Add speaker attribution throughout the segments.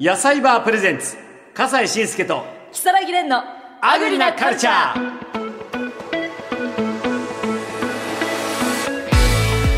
Speaker 1: 野菜バープレゼンツ笠西慎介と
Speaker 2: 木更木蓮の
Speaker 1: アグリなカルチャー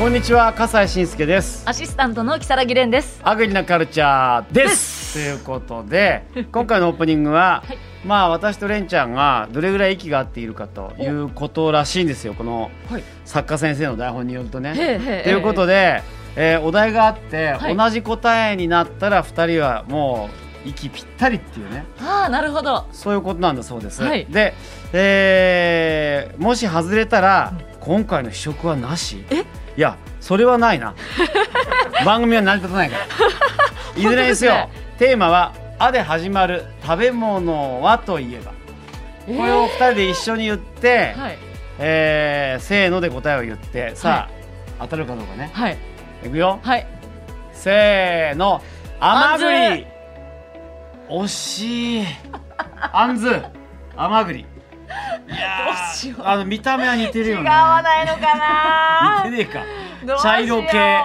Speaker 1: こんにちは笠西慎介です
Speaker 2: アシスタントの木更木蓮です
Speaker 1: アグリなカルチャーです
Speaker 2: です
Speaker 1: ということ で今回のオープニングは、
Speaker 2: はい
Speaker 1: まあ私とレンちゃんがどれぐらい息が合っているかということらしいんですよこの
Speaker 2: はい
Speaker 1: 作家先生の台本によるとね。
Speaker 2: へえへえ
Speaker 1: ということで、えーお題があって、
Speaker 2: はい
Speaker 1: 同じ答えになったら2人はもう息ぴったりっていうね
Speaker 2: ああなるほど
Speaker 1: そういうことなんだそうです。
Speaker 2: はい
Speaker 1: で、えーもし外れたら、今回の試食はなしいやそれはない な番組は成り立たないからいずれにせよ、
Speaker 2: 本当
Speaker 1: テーマは「あ」で始まる食べ物はといえば
Speaker 2: え
Speaker 1: これを2人で一緒に言って、
Speaker 2: はい
Speaker 1: えーせーので答えを言ってさあ、当たるかどうかね
Speaker 2: はい
Speaker 1: いくよ
Speaker 2: はい
Speaker 1: せーの甘
Speaker 2: あんず
Speaker 1: 栗惜しいあんず甘栗いや
Speaker 2: どうしよう
Speaker 1: ーあの見た目は似てる
Speaker 2: 違
Speaker 1: よね
Speaker 2: わないのかな
Speaker 1: 似てねえか
Speaker 2: どうしよう
Speaker 1: 茶色系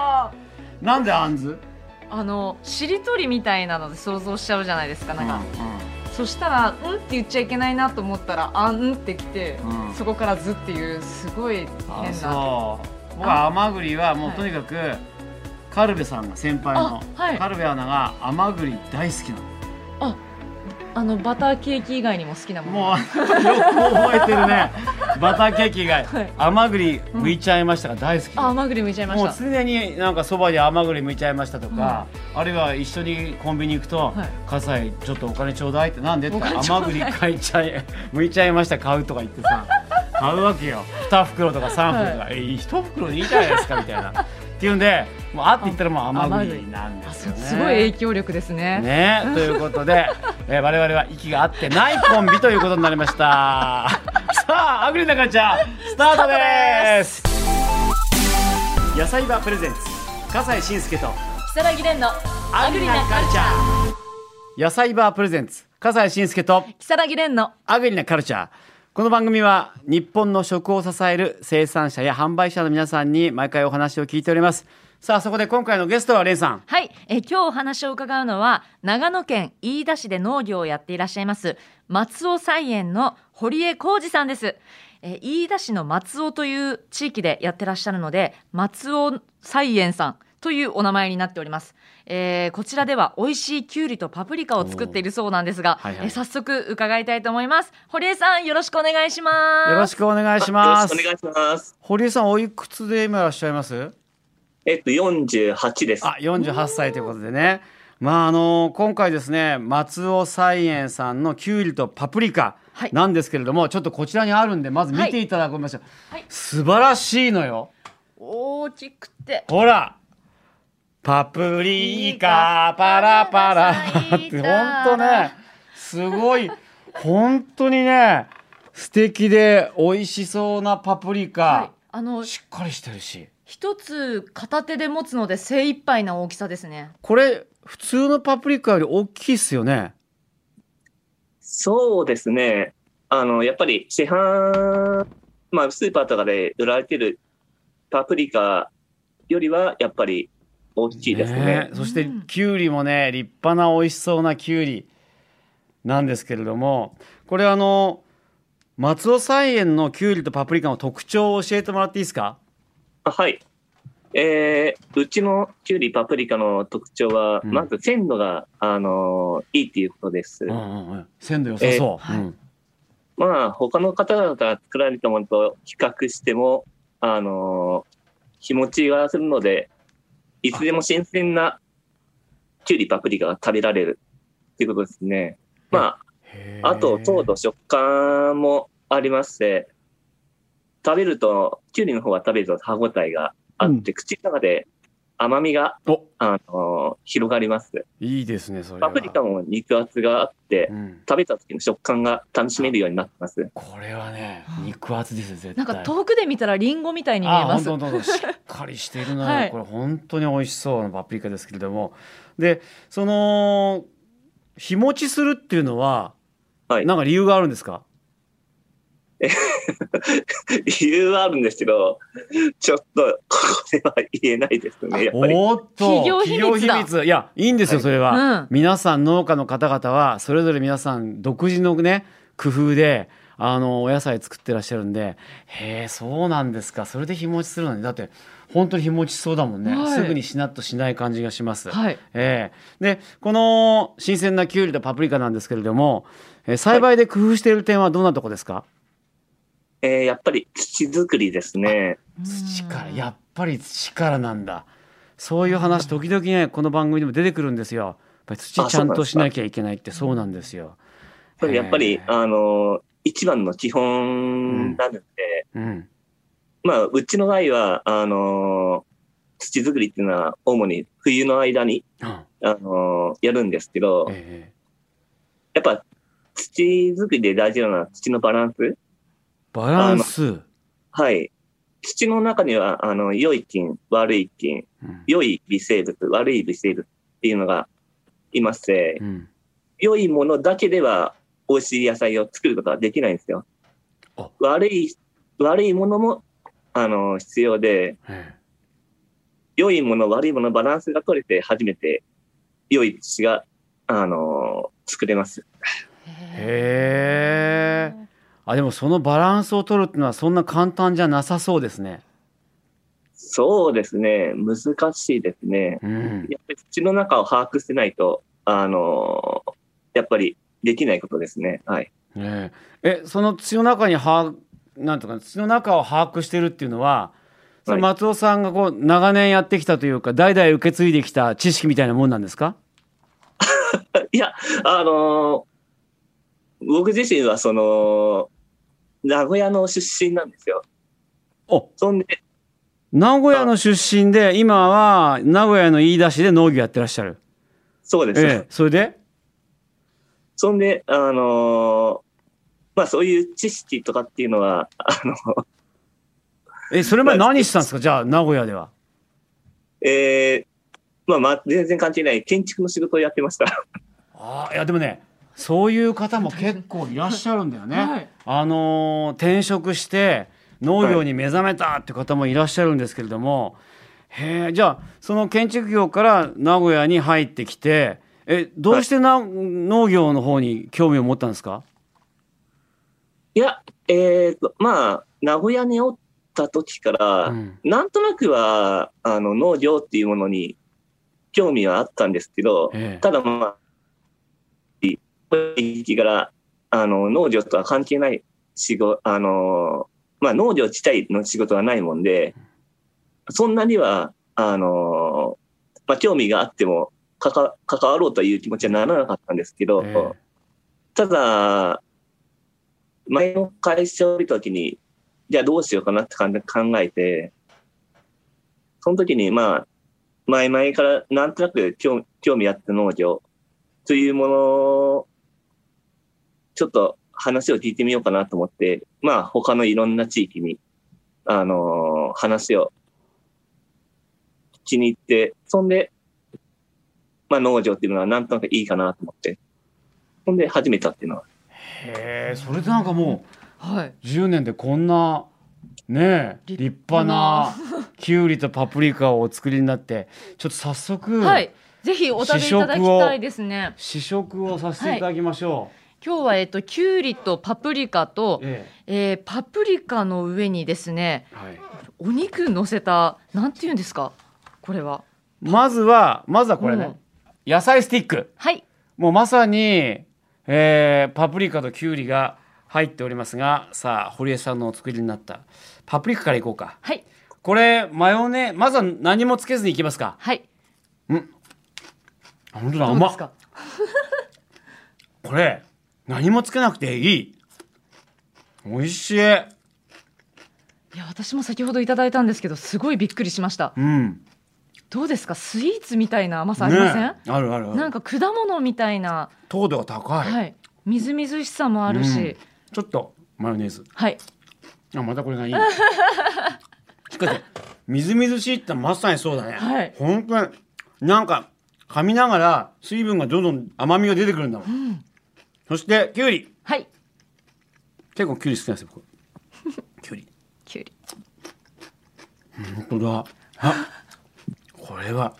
Speaker 1: なんであんず
Speaker 2: あのしりとりみたいなので想像しちゃうじゃないですかなんか、そしたら「うん」って言っちゃいけないなと思ったら「あん」ってきて、
Speaker 1: うん
Speaker 2: そこから「ず」っていうすごい
Speaker 1: あ
Speaker 2: 変な
Speaker 1: そう僕は甘栗はもう
Speaker 2: はい
Speaker 1: とにかく、カルベさんが先輩の、
Speaker 2: あはい
Speaker 1: カルベアナが甘栗大好きなの
Speaker 2: あのバターケーキ以外にも好きなもの
Speaker 1: もうよく覚えてるねバターケーキ以外、
Speaker 2: はい
Speaker 1: 甘栗剥いちゃいましたが大好き、
Speaker 2: あ甘栗むいちゃいまし
Speaker 1: も
Speaker 2: た
Speaker 1: う常になんかそばで甘栗剥いちゃいましたとか、あるいは一緒にコンビニ行くと
Speaker 2: はい
Speaker 1: 「葛、西、ちょっとお金ちょうだい」ってなんでって言ったら
Speaker 2: お金ちょう
Speaker 1: 甘
Speaker 2: だい
Speaker 1: 栗買いちゃい 剥いちゃいました買うとか言って さ買うわけよ2袋とか3袋とか「え1袋でいいじゃないですか」みたいなっていうんでもうあって言ったらもう甘栗なんですよね。
Speaker 2: すごい影響力ですね
Speaker 1: ねということ で、えー、我々は息が合ってないコンビということになり ましたさあアグリなカルチャースタートです野菜場プレゼンツ笠西慎介と
Speaker 2: 木更木蓮のアグリなカルチャ
Speaker 1: ー野菜バープレゼンツ笠西慎介と
Speaker 2: 木更木蓮の
Speaker 1: アグリなカルチャーこの番組は日本の食を支える生産者や販売者の皆さんに毎回お話を聞いておりますさあそこで今回のゲストはレンさん
Speaker 2: はい、えー今日お話を伺うのは長野県飯田市で農業をやっていらっしゃいます松尾菜園の堀江浩二さんです、えー飯田市の松尾という地域でやってらっしゃるので松尾菜園さんというお名前になっております、えーこちらでは美味しいきゅうりとパプリカを作っているそうなんですが、
Speaker 1: おーはいはい
Speaker 2: えー早速伺いたいと思います堀江さんよろしくお願いします
Speaker 1: よろしくお願いします
Speaker 3: よろしくお願いします。
Speaker 1: 堀江さんおいくつで今いらっしゃいます
Speaker 3: えっと、48です。
Speaker 1: あ48歳ということでねまああの今回ですね松尾菜園さんのきゅうりとパプリカ
Speaker 2: はい
Speaker 1: なんですけれども、ちょっとこちらにあるんでまず見ていただきましょう、
Speaker 2: はい
Speaker 1: 素晴らしいのよ
Speaker 2: 大きくて
Speaker 1: ほらパプリカパラパラって本当ねすごい本当にね素敵で美味しそうなパプリ
Speaker 2: はい
Speaker 1: カ、
Speaker 2: あの
Speaker 1: しっかりしてるし
Speaker 2: 一つ片手で持つので精一杯な大きさですね。
Speaker 1: これ普通のパプリカより大きいっすよね
Speaker 3: そうですね。あの、やっぱり市販、まあ、スーパーとかで売られてるパプリカよりは、やっぱり大きいですね。
Speaker 1: ねえそして
Speaker 2: うん
Speaker 1: きゅうりもね立派な美味しそうなきゅうりなんですけれどもこれあの松尾菜園のきゅうりとパプリカの特徴を教えてもらっていいですか
Speaker 3: あはい。えーうちのキュウリパプリカの特徴は、
Speaker 1: うん
Speaker 3: まず鮮度が、あのいいっていうことです。
Speaker 1: うんうんうん鮮度良さそう、
Speaker 2: ええ
Speaker 1: うん
Speaker 3: まあ、他の方々が作られたものと比較しても、あのー日持ちがするので、いつでも新鮮なキュウリ、パプリカが食べられるっていうことですね。ま
Speaker 1: へえ
Speaker 3: あ、あと、糖と食感もありまして、食べると、キュウリの方が食べると歯ごたえがあって、口の中で甘みが、
Speaker 1: お
Speaker 3: あのー広がります。
Speaker 1: いいですねそれは
Speaker 3: パプリカも肉厚があって、
Speaker 1: うん
Speaker 3: 食べた時の食感が楽しめるようになってます。
Speaker 1: これはね肉厚ですよ絶対
Speaker 2: なんか遠くで見たらリンゴみたいに見え
Speaker 1: あ
Speaker 2: ます。
Speaker 1: 本当本当しっかりしているな、
Speaker 2: はい
Speaker 1: これ本当に美味しそうなパプリカですけれどもでその日持ちするっていうのは、
Speaker 3: はい
Speaker 1: なんか理由があるんですか
Speaker 3: 理由はあるんですけど、ちょっとここでは言えないですね、やっぱり。
Speaker 1: おーっと
Speaker 2: 企業秘密だ
Speaker 1: いやいいんですよそれは、
Speaker 2: うん
Speaker 1: 皆さん農家の方々はそれぞれ皆さん独自のね工夫であのお野菜作ってらっしゃるんでへえそうなんですかそれで日持ちするのにだって本当に日持ちしそうだもんね、
Speaker 2: はい
Speaker 1: すぐにしなっとしない感じがします、
Speaker 2: はい。
Speaker 1: ええでこの新鮮なきゅうりとパプリカなんですけれども、えー栽培で工夫している点はどんなとこですか、
Speaker 3: えーやっぱり土作りですね。
Speaker 1: 土から
Speaker 2: うん
Speaker 1: やっぱり土からなんだそういう話時々ねこの番組でも出てくるんですよやっぱり土
Speaker 3: あ
Speaker 1: ちゃんとしなきゃいけないってそうなんですよ
Speaker 3: それやっぱ
Speaker 1: へ
Speaker 3: り、
Speaker 1: ー
Speaker 3: あの、一番の基本なので、
Speaker 1: うん
Speaker 3: まあ、うちの場合は、あの、土作りっていうのは主に冬の間に、
Speaker 1: あ
Speaker 3: あの、やるんですけど、
Speaker 1: ええ
Speaker 3: やっぱ土作りで大事なのは土のバランス
Speaker 1: バランスうん
Speaker 3: はい。土の中には、あの、良い菌、悪い菌、良い微生物、悪い微生物っていうのがいまして、
Speaker 1: うん
Speaker 3: 良いものだけでは美味しい野菜を作ることはできないんですよ
Speaker 1: あ。
Speaker 3: 悪い、悪いものも、あの、必要で、
Speaker 1: え
Speaker 3: 良いもの、悪いもののバランスが取れて初めて良い土が、あの、作れます。
Speaker 1: へえあでもそのバランスを取るってのはそんな簡単じゃなさそうですね
Speaker 3: そうですね。難しいですね。
Speaker 1: うん
Speaker 3: やっぱり土の中を把握してないと、あのやっぱりできないことですね。はい。
Speaker 1: えええその土の中に把なんとか土の中を把握してるっていうのはその
Speaker 3: はい
Speaker 1: 松尾さんがこう長年やってきたというか代々受け継いできた知識みたいなもんなんですか
Speaker 3: いや、あの僕自身はその、名古屋の出身なんですよ。
Speaker 1: お
Speaker 3: そんで、
Speaker 1: 名古屋の出身で今は名古屋の飯田市で農業やってらっしゃる、
Speaker 3: そうです。
Speaker 1: ええ、それで、
Speaker 3: そんで、あのまあそういう知識とかっていうのは、あの、
Speaker 1: えそれまで何してたんですかじゃあ名古屋では
Speaker 3: えーまあまあ全然関係ない建築の仕事をやってました。
Speaker 1: ああいやでもねそういう方も結構いらっしゃるんだよね、
Speaker 2: はい
Speaker 1: あのー転職して農業に目覚めたって方もいらっしゃるんですけれども、へえじゃあその建築業から名古屋に入ってきてえどうしてな、農業の方に興味を持ったんですか
Speaker 3: いや、えーと、まあ、名古屋におった時から、
Speaker 1: うん
Speaker 3: なんとなくは、あの、農業っていうものに興味はあったんですけど、
Speaker 1: ええ
Speaker 3: ただまあ、地域から、あの、農業とは関係ない仕事、あの、まあ、農業自体の仕事はないもんで、そんなには、あの、まあ、興味があっても、かか関わろうという気持ちはならなかったんですけど、
Speaker 1: ええ
Speaker 3: ただ、前の会社を見たときに、じゃあどうしようかなって感じで考えて、その時に、まあ、前々からなんとなく興興味あった農業というものを、ちょっと話を聞いてみようかなと思って、まあ、他のいろんな地域に、あのー話を気に入って、そんで、まあ、農業っていうのはなんとなくいいかなと思って、そんで始めたっていうのは
Speaker 1: へえそれでなんかもう
Speaker 2: はい。
Speaker 1: 10年でこんなねえ立
Speaker 2: 立
Speaker 1: 派
Speaker 2: 派
Speaker 1: な
Speaker 2: な
Speaker 1: きゅうりとパプリカをお作りになってちょっと早速、
Speaker 2: はい。ぜひお食べいただきたいですね。
Speaker 1: 試食をさせていただきましょ
Speaker 2: 今日はえっときゅうりとパプリカ
Speaker 1: う。
Speaker 2: と、
Speaker 1: え
Speaker 2: えー、パプリカの上にですね
Speaker 1: えはい、
Speaker 2: お肉乗せたなんて言うんですかこれは。
Speaker 1: まずはまずはこれね、
Speaker 2: うん
Speaker 1: 野菜スティック
Speaker 2: はい。
Speaker 1: もうまさに、えーパプリカときゅうりが入っておりますがさあ堀江さんのお作りになったパプリカからいこうか
Speaker 2: はい。
Speaker 1: これマヨネまずは何もつけずにいきますか
Speaker 2: はい。
Speaker 1: あ本当だ
Speaker 2: ど
Speaker 1: う
Speaker 2: う
Speaker 1: ま
Speaker 2: で
Speaker 1: っ
Speaker 2: すか。
Speaker 1: これ何もつけなくていい美味しい
Speaker 2: いや私も先ほどいただいたんですけどすごいびっくりしました。
Speaker 1: うん
Speaker 2: どうですかスイーツみたいな甘さありません？
Speaker 1: ねえあるあるある
Speaker 2: なんか果物みたいな、
Speaker 1: 糖度が高、
Speaker 2: はいい、みずみずしさもあるし、
Speaker 1: うんちょっとマヨネーズ
Speaker 2: はい、
Speaker 1: あまたこれ がいいしかしみずみずしいってまさにそうだね、
Speaker 2: はい
Speaker 1: 本当になんか噛みながら水分がどんどん甘みが出てくるんだもん、そしてきゅうり
Speaker 2: はい、
Speaker 1: 結構きゅうり好きなんですよ僕きゅうり
Speaker 2: きゅうり
Speaker 1: 本当だあこれは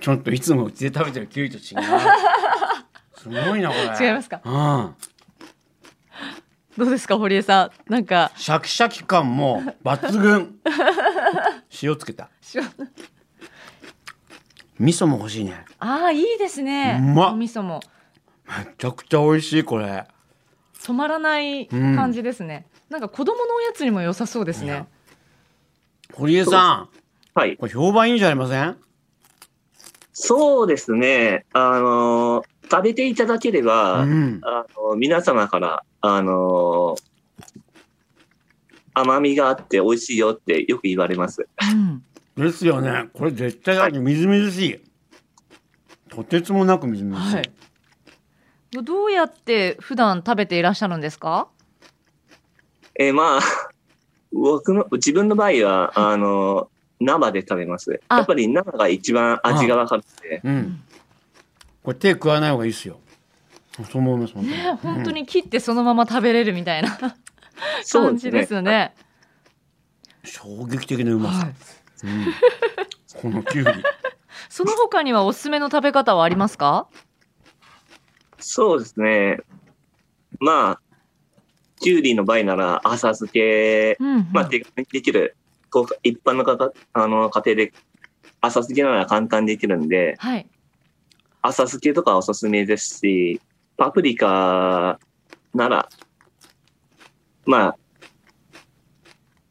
Speaker 1: ちょっといつもうちで食べてるきゅうりと違う すごいなこれ
Speaker 2: 違いますか
Speaker 1: うん
Speaker 2: どうですか堀江さんなんか
Speaker 1: シャキシャキ感も抜 群塩つけた
Speaker 2: 塩
Speaker 1: 味噌も欲しいね
Speaker 2: ああいいですね
Speaker 1: うまっ
Speaker 2: お味噌も
Speaker 1: めちゃくちゃ美味しいこれ
Speaker 2: 染まらない
Speaker 1: うん
Speaker 2: 感じですね、なんか子供のおやつにも良さそうです
Speaker 1: い
Speaker 2: ね
Speaker 1: や堀江さん
Speaker 3: はい。
Speaker 1: これ評判いいんじゃありません
Speaker 3: そうですね。あのー食べていただければ、
Speaker 1: うん
Speaker 3: あの皆様から、あの甘みがあって美味しいよってよく言われます。
Speaker 2: うん
Speaker 1: ですよねこれ絶対だってみずみずしいとてつもなくみずみずしい、
Speaker 2: はいどうやって普段食べていらっしゃるんですか
Speaker 3: えーまあ、 僕の、自分の場合は、あの生で食べます。
Speaker 2: あ
Speaker 3: やっぱり生が一番味が分かって、
Speaker 1: うんこれ手加えない方がいいですよそう思います本当に,うん、
Speaker 2: ね本当に切ってそのまま食べれるみたいな
Speaker 3: そう
Speaker 2: 感
Speaker 3: です
Speaker 2: じ
Speaker 3: ね。
Speaker 2: ですよね
Speaker 1: 衝撃的なうまさ、
Speaker 2: はい
Speaker 1: うん、このきゅうり
Speaker 2: その他にはおすすめの食べ方はありますか
Speaker 3: そうですね。まあ、キュウリの場合なら浅漬け、
Speaker 2: うん、うん
Speaker 3: まあ、手軽にできる、こう一般の方あの家庭で浅漬けなら簡単にできるんで、
Speaker 2: はい
Speaker 3: 浅漬けとかおすすめですし、パプリカなら、まあ、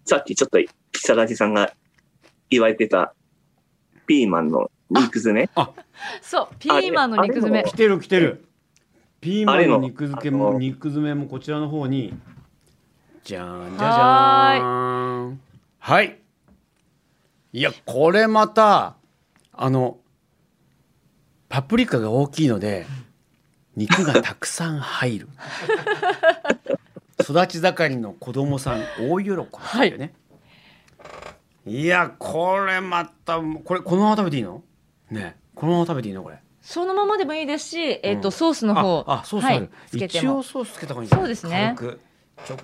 Speaker 3: さっきちょっと、木更木さんが言われてた、ピーマンの肉詰め。
Speaker 2: そうピーマンの肉詰め
Speaker 3: あれ
Speaker 1: 来てる来てるピーマ
Speaker 3: あ
Speaker 1: ン
Speaker 3: れ
Speaker 1: の
Speaker 3: の
Speaker 1: 肉漬け
Speaker 3: あ
Speaker 1: も
Speaker 3: の
Speaker 1: 肉詰めもこちらの方にじゃーんじゃじゃーんはいいやこれまたあのパプリカが大きいので肉がたくさん入る育ち盛りの子供さん大喜びだよね、い、やこれまたこれこのまま食べていいのねえこのまま食べていいのこれ
Speaker 2: そのままでもいいですし、えっ、
Speaker 1: う
Speaker 2: と
Speaker 1: ん
Speaker 2: ソースの方
Speaker 1: ああソース
Speaker 2: は
Speaker 1: ある、
Speaker 2: い、つけて
Speaker 1: 一応
Speaker 2: も
Speaker 1: ソースつけた方がいいんじゃない
Speaker 2: そうですね
Speaker 1: 軽くちょ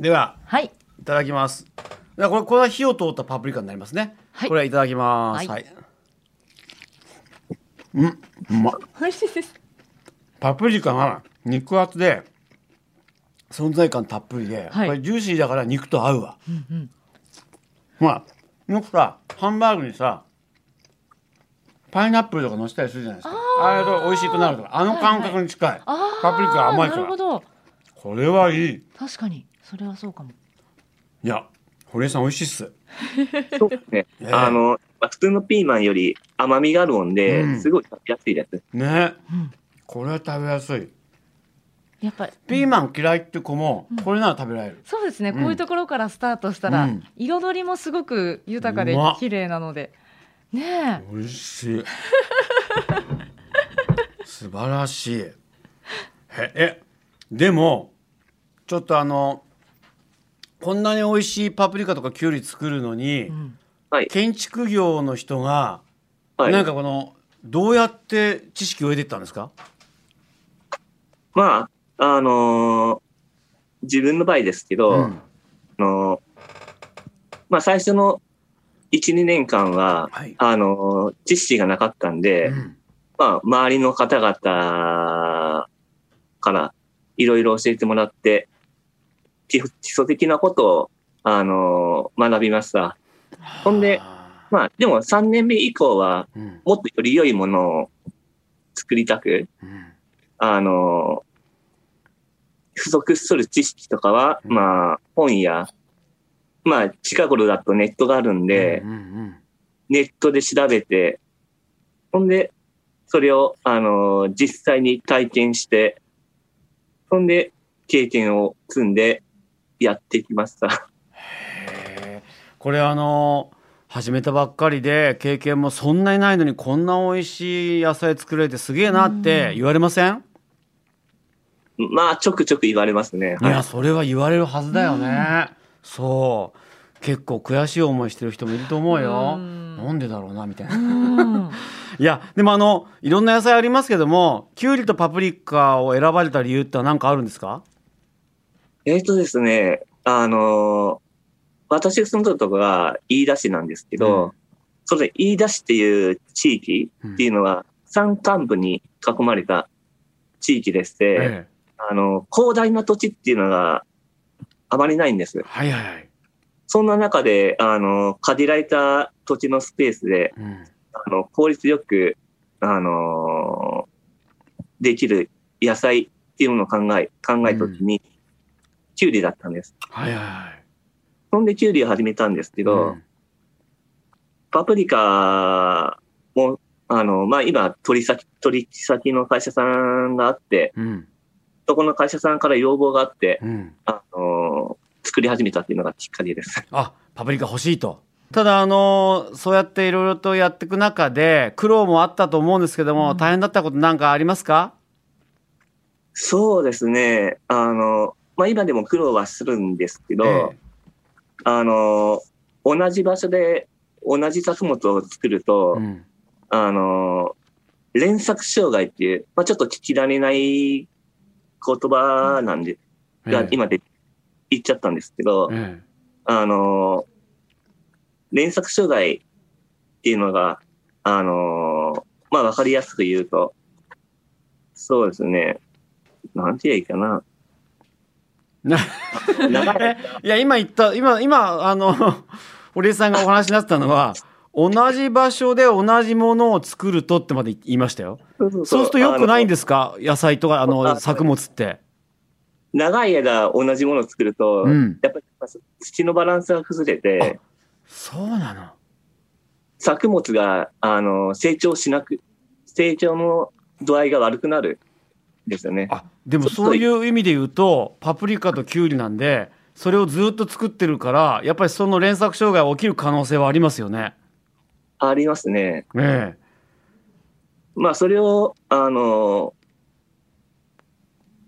Speaker 1: では
Speaker 2: はい
Speaker 1: いただきますだからこれこれは火を通ったパプリカになりますね、
Speaker 2: はい
Speaker 1: これはいただきます
Speaker 2: は
Speaker 1: はい、うんうまっ
Speaker 2: 美味しいです
Speaker 1: パプリカが肉厚で存在感たっぷりで、
Speaker 2: はい
Speaker 1: これジューシーだから肉と合うわ、
Speaker 2: うんうん
Speaker 1: まあよくさハンバーグにさパイナップルとか乗せたりするじゃないですかあれと美味しくなるとかあの感覚に近い、
Speaker 2: あー
Speaker 1: パプリカ甘い
Speaker 2: な
Speaker 1: か
Speaker 2: るほ
Speaker 1: ら
Speaker 2: ど
Speaker 1: これはいい
Speaker 2: 確かにそれはそうかも
Speaker 1: いや、堀江さん美味しいっす。
Speaker 3: そうです
Speaker 1: え
Speaker 3: ね。
Speaker 1: え
Speaker 3: あの、まあ普通のピーマンより甘みがあるもんで、
Speaker 1: うん
Speaker 3: すごい食べやすいです。
Speaker 1: ね、
Speaker 2: うん
Speaker 1: これは食べやすい。
Speaker 2: やっぱり
Speaker 1: ピーマン嫌いって子も、これなら食べられる。
Speaker 2: そうですね、
Speaker 1: うん
Speaker 2: こういうところからスタートしたら、
Speaker 1: うん
Speaker 2: 彩りもすごく豊かで
Speaker 1: うまっ
Speaker 2: 綺麗なのでね
Speaker 1: 美味しい。 素晴らしい。え、え、でも、ちょっとあの、こんなに美味しいパプリカとかキュウリ作るのに、
Speaker 2: え、うん
Speaker 1: 建築業の人が、
Speaker 3: はい。
Speaker 1: なんかこの、どうやって知識を得ていったんですか
Speaker 3: まあ、あのー自分の場合ですけど、
Speaker 1: うん
Speaker 3: あのーまあ、最初の1、2年間は、
Speaker 1: はい。
Speaker 3: あのー知識がなかったんで、
Speaker 1: うん
Speaker 3: まあ、周りの方々からいろいろ教えてもらって、基基礎的なことを、あのー学びました。ほんで、
Speaker 1: あ
Speaker 3: まあ、でも3年目以降は、
Speaker 1: ーうん
Speaker 3: もっとより良いものを作りたく、
Speaker 1: うん
Speaker 3: あの、不足する知識とかは、
Speaker 1: うん
Speaker 3: まあ、本や、まあ、近頃だとネットがあるんで、
Speaker 1: うんうん
Speaker 3: ネットで調べて、ほんで、それを、あの、実際に体験して、ほんで、経験を積んで、やってきました。
Speaker 1: へえこれあの始めたばっかりで経験もそんなにないのにこんな美味しい野菜作れてすげえなって言われません、
Speaker 3: まあ、ちょくちょく言われますね。
Speaker 1: いやそれは言われるはずだよね、そう結構悔しい思いしてる人もいると思うよ、
Speaker 2: うん
Speaker 1: なんでだろうなみたいな
Speaker 2: うん
Speaker 1: いやでもあのいろんな野菜ありますけどもきゅうりとパプリカを選ばれた理由って何かあるんですか
Speaker 3: えっ、とですね、あのー私が住んでるとこが飯田市なんですけど、
Speaker 1: うん
Speaker 3: それ飯田市っていう地域っていうのは山間部に囲まれた地域でして、
Speaker 1: ええ
Speaker 3: あの、広大な土地っていうのがあまりないんです。
Speaker 1: はいはいはい。
Speaker 3: そんな中で、あの、限られた土地のスペースで、
Speaker 1: うん
Speaker 3: あの、効率よく、あのできる野菜っていうものを考え、考えたときに、キュウリだったんです。
Speaker 1: はいはいはい。
Speaker 3: そんでキュウリを始めたんですけど、
Speaker 1: うん
Speaker 3: パプリカも、あの、まあ、今、取り先、取引先の会社さんがあって、
Speaker 1: うん
Speaker 3: そこの会社さんから要望があって、
Speaker 1: うん。
Speaker 3: あの作り始めたっていうのがきっかけです。
Speaker 1: あパプリカ欲しいと。ただあのそうやっていろいろとやっていく中で苦労もあったと思うんですけども、
Speaker 2: うん
Speaker 1: 大変だったことなんかありますか？
Speaker 3: そうですね。あの、まあ、今でも苦労はするんですけど、
Speaker 1: え
Speaker 3: あの、同じ場所で同じ作物を作る
Speaker 1: え
Speaker 3: と、
Speaker 1: うん
Speaker 3: あの、連作障害っていう、まあ、ちょっと聞き慣れない言葉なんで、
Speaker 1: え
Speaker 3: が
Speaker 1: え
Speaker 3: 今で言っちゃったんですけど、
Speaker 1: え
Speaker 3: あの、連作障害っていうのが、あの、まあ、わかりやすく言うと、そうですね。なんて言えばいいか
Speaker 1: えな
Speaker 3: な。長い。
Speaker 1: いや今言った今今あの 堀江さんがお話になってたのは同じ場所で同じものを作るとってまで言いましたよ
Speaker 3: そうそう
Speaker 1: そうするとよくないん
Speaker 3: で
Speaker 1: ですか野菜とかあ
Speaker 3: あ
Speaker 1: の
Speaker 3: そう
Speaker 1: 作物って
Speaker 3: 長い間同じものを作ると、
Speaker 1: うん
Speaker 3: やっぱり土のバランスが崩れて、
Speaker 1: そうなの
Speaker 3: 作物が、あの、成長しなく、成長の度合いが悪くなるんですよね。
Speaker 1: あでも
Speaker 3: ちょっと
Speaker 1: そういう意味で言うとパプリカとキュウリなんでそれをずっと作ってるからやっぱりその連作障害が起きる可能性はありますよね。
Speaker 3: ありますね。
Speaker 1: ええ
Speaker 3: まあ、それを、あの、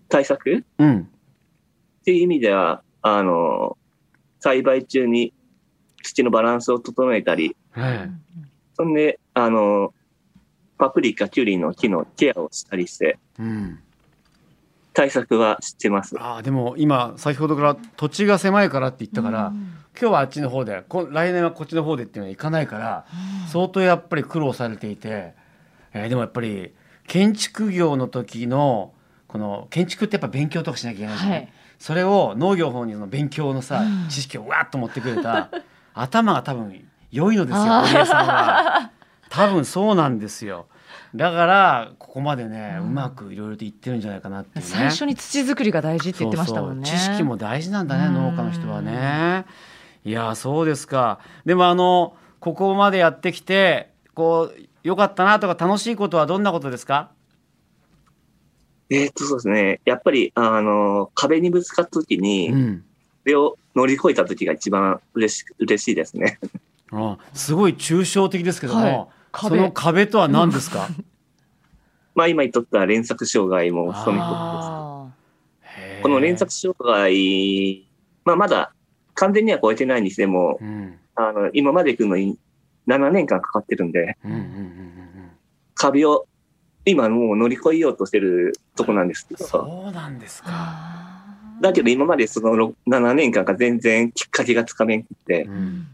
Speaker 3: 対策
Speaker 1: うん
Speaker 3: っていう意味では、あの、栽培中に土のバランスを整えたり、
Speaker 1: ええ
Speaker 3: そんで、あの、パプリカ、キュウリの木のケアをしたりして、
Speaker 1: うん、
Speaker 3: 対策はしてます。
Speaker 1: ああでも今先ほどから土地が狭いからって言ったから、今日はあっちの方でこ来年はこっちの方でっていうのはいかないから相当やっぱり苦労されていて、えーでもやっぱり建築業の時のこの建築ってやっぱ勉強とかしなきゃいけないじゃない、
Speaker 2: はい
Speaker 1: それを農業の方にその勉強のさ
Speaker 2: うん
Speaker 1: 知識をわーっと持ってくれ た頭が多分良いのですよ
Speaker 2: あー
Speaker 1: 堀江さんは多分そうなんですよだからここまでね、う
Speaker 2: うん
Speaker 1: まくいろいろと言ってるんじゃないかなっていうね
Speaker 2: 最初に土作りが大事って言ってましたもんね。
Speaker 1: そうそう知識も大事なんだね
Speaker 2: うん
Speaker 1: 農家の人はねいやそうですかでもあのここまでやってきてこう良かったなとか楽しいことはどんなことですか
Speaker 3: えーっと、そうですね。やっぱり、あの、壁にぶつかった時に、
Speaker 1: うん
Speaker 3: それを乗り越えた時が一番嬉し、嬉しいですね。
Speaker 1: あすごい抽象的ですけども、
Speaker 2: はい
Speaker 1: そ
Speaker 2: 壁
Speaker 1: の壁とは何ですか
Speaker 3: まあ、今言っとった連作障害も
Speaker 1: あー
Speaker 3: 含めて
Speaker 2: あ
Speaker 1: へー
Speaker 3: この連作障害、まあ、まだ完全には超えてないにしても、
Speaker 1: うん
Speaker 3: あの、今まで行くのに7年間かかってるんで、
Speaker 1: うんうんうんうん
Speaker 3: 壁を今もう乗り越えようとしてるとこなんですけ
Speaker 1: うん
Speaker 3: ど、
Speaker 1: そうなんです
Speaker 2: ー
Speaker 1: か、
Speaker 2: あー。
Speaker 3: だけど今までそのろ7年間が全然きっかけがつかめんくて
Speaker 1: う
Speaker 2: うんん、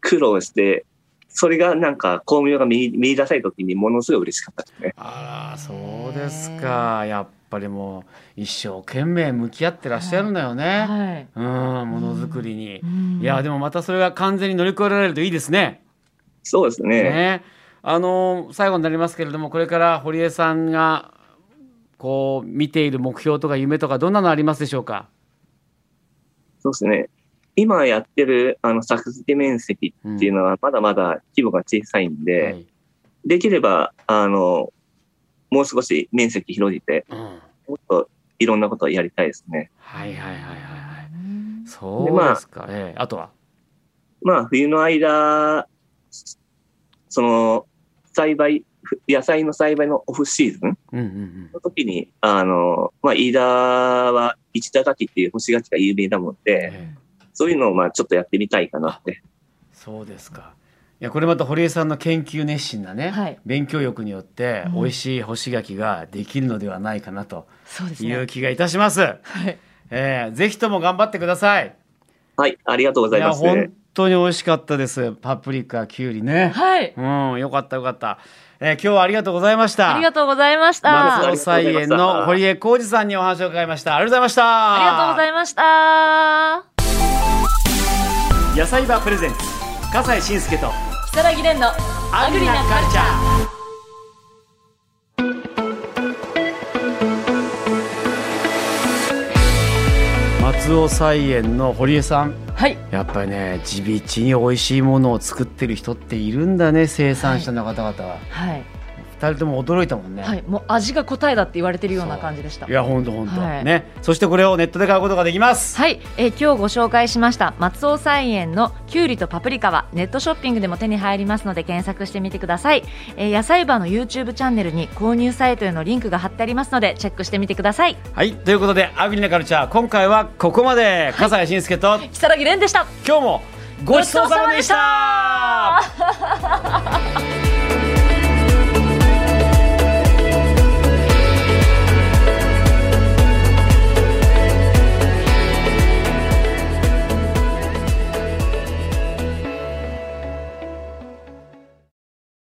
Speaker 3: 苦労して、それがなんか巧妙が見見出された時にものすごい嬉しかったですね。
Speaker 1: あらそうですかやっぱりもう一生懸命向き合ってらっしゃるんだよね、
Speaker 2: はい。
Speaker 1: うんものづくりに、
Speaker 2: うん
Speaker 1: いやでもまたそれが完全に乗り越えられるといいですね。
Speaker 3: そうですね。
Speaker 1: ねあの最後になりますけれどもこれから堀江さんがこう見ている目標とか夢とかどんなのありますでしょうか、
Speaker 3: そうですね。今やってるあの作付面積
Speaker 1: うん
Speaker 3: っていうのはまだまだ規模が小さいんで、
Speaker 1: はい
Speaker 3: できれば、あの、もう少し面積広げて、
Speaker 1: うんはい
Speaker 3: もっといろんなことをやりたいですね。
Speaker 1: はいはいはいはい
Speaker 2: うん
Speaker 1: そうですか、ええあとは
Speaker 3: まあ、冬の間、その、栽培、ふ野菜の栽培のオフシーズン
Speaker 1: うんうんうん
Speaker 3: の時に、あの、まあ、飯田は一田柿っていう干し柿が有名だもんで、
Speaker 1: ええ
Speaker 3: そういうのをまあ、ちょっとやってみたいかなって。
Speaker 1: そうですかいやこれまた堀江さんの研究熱心なね、
Speaker 2: はい
Speaker 1: 勉強欲によって
Speaker 2: うん
Speaker 1: 美味しい干し柿ができるのではないかなと
Speaker 2: そうです
Speaker 1: い
Speaker 2: ね
Speaker 1: う。気がいたします。
Speaker 2: はい。
Speaker 1: えーぜひとも頑張ってください。
Speaker 3: はい、ありがとうご
Speaker 1: い
Speaker 3: ざい
Speaker 1: や、
Speaker 3: ます。
Speaker 1: 本当に美味しかったです。パプリカ、きゅうりね。
Speaker 2: はい。
Speaker 1: うん、よかったよかった。えー今日はありがとうございました。
Speaker 2: ありが
Speaker 1: と
Speaker 2: とうございました。
Speaker 3: まず
Speaker 1: 松尾菜園の堀江浩二さんにお話を伺いました。ありがとうございました。
Speaker 2: ありがとうございました。
Speaker 1: 野菜場プレゼンツ笠西慎介と
Speaker 2: 木更木蓮の
Speaker 1: アグリなカルチャー松尾菜園の堀江さん
Speaker 2: はい。
Speaker 1: やっぱりね地道に美味しいものを作ってる人っているんだね生産者の方々は、
Speaker 2: はい。
Speaker 1: 二人とも驚いたもんね、
Speaker 2: はい。もう味が答えだって言われてるような感じでした
Speaker 1: い。やほんとほんと、
Speaker 2: はい
Speaker 1: ねそしてこれをネットで買うことができます、
Speaker 2: はい、えー今日ご紹介しました松尾菜園のきゅうりとパプリカはネットショッピングでも手に入りますので検索してみてください、えー野菜バーの YouTube チャンネルに購入サイトへのリンクが貼ってありますのでチェックしてみてください
Speaker 1: はいということでアグリなカルチャー今回はここまで笠西慎介と
Speaker 2: 木更木蓮でした
Speaker 1: 今日もごちそうさまでした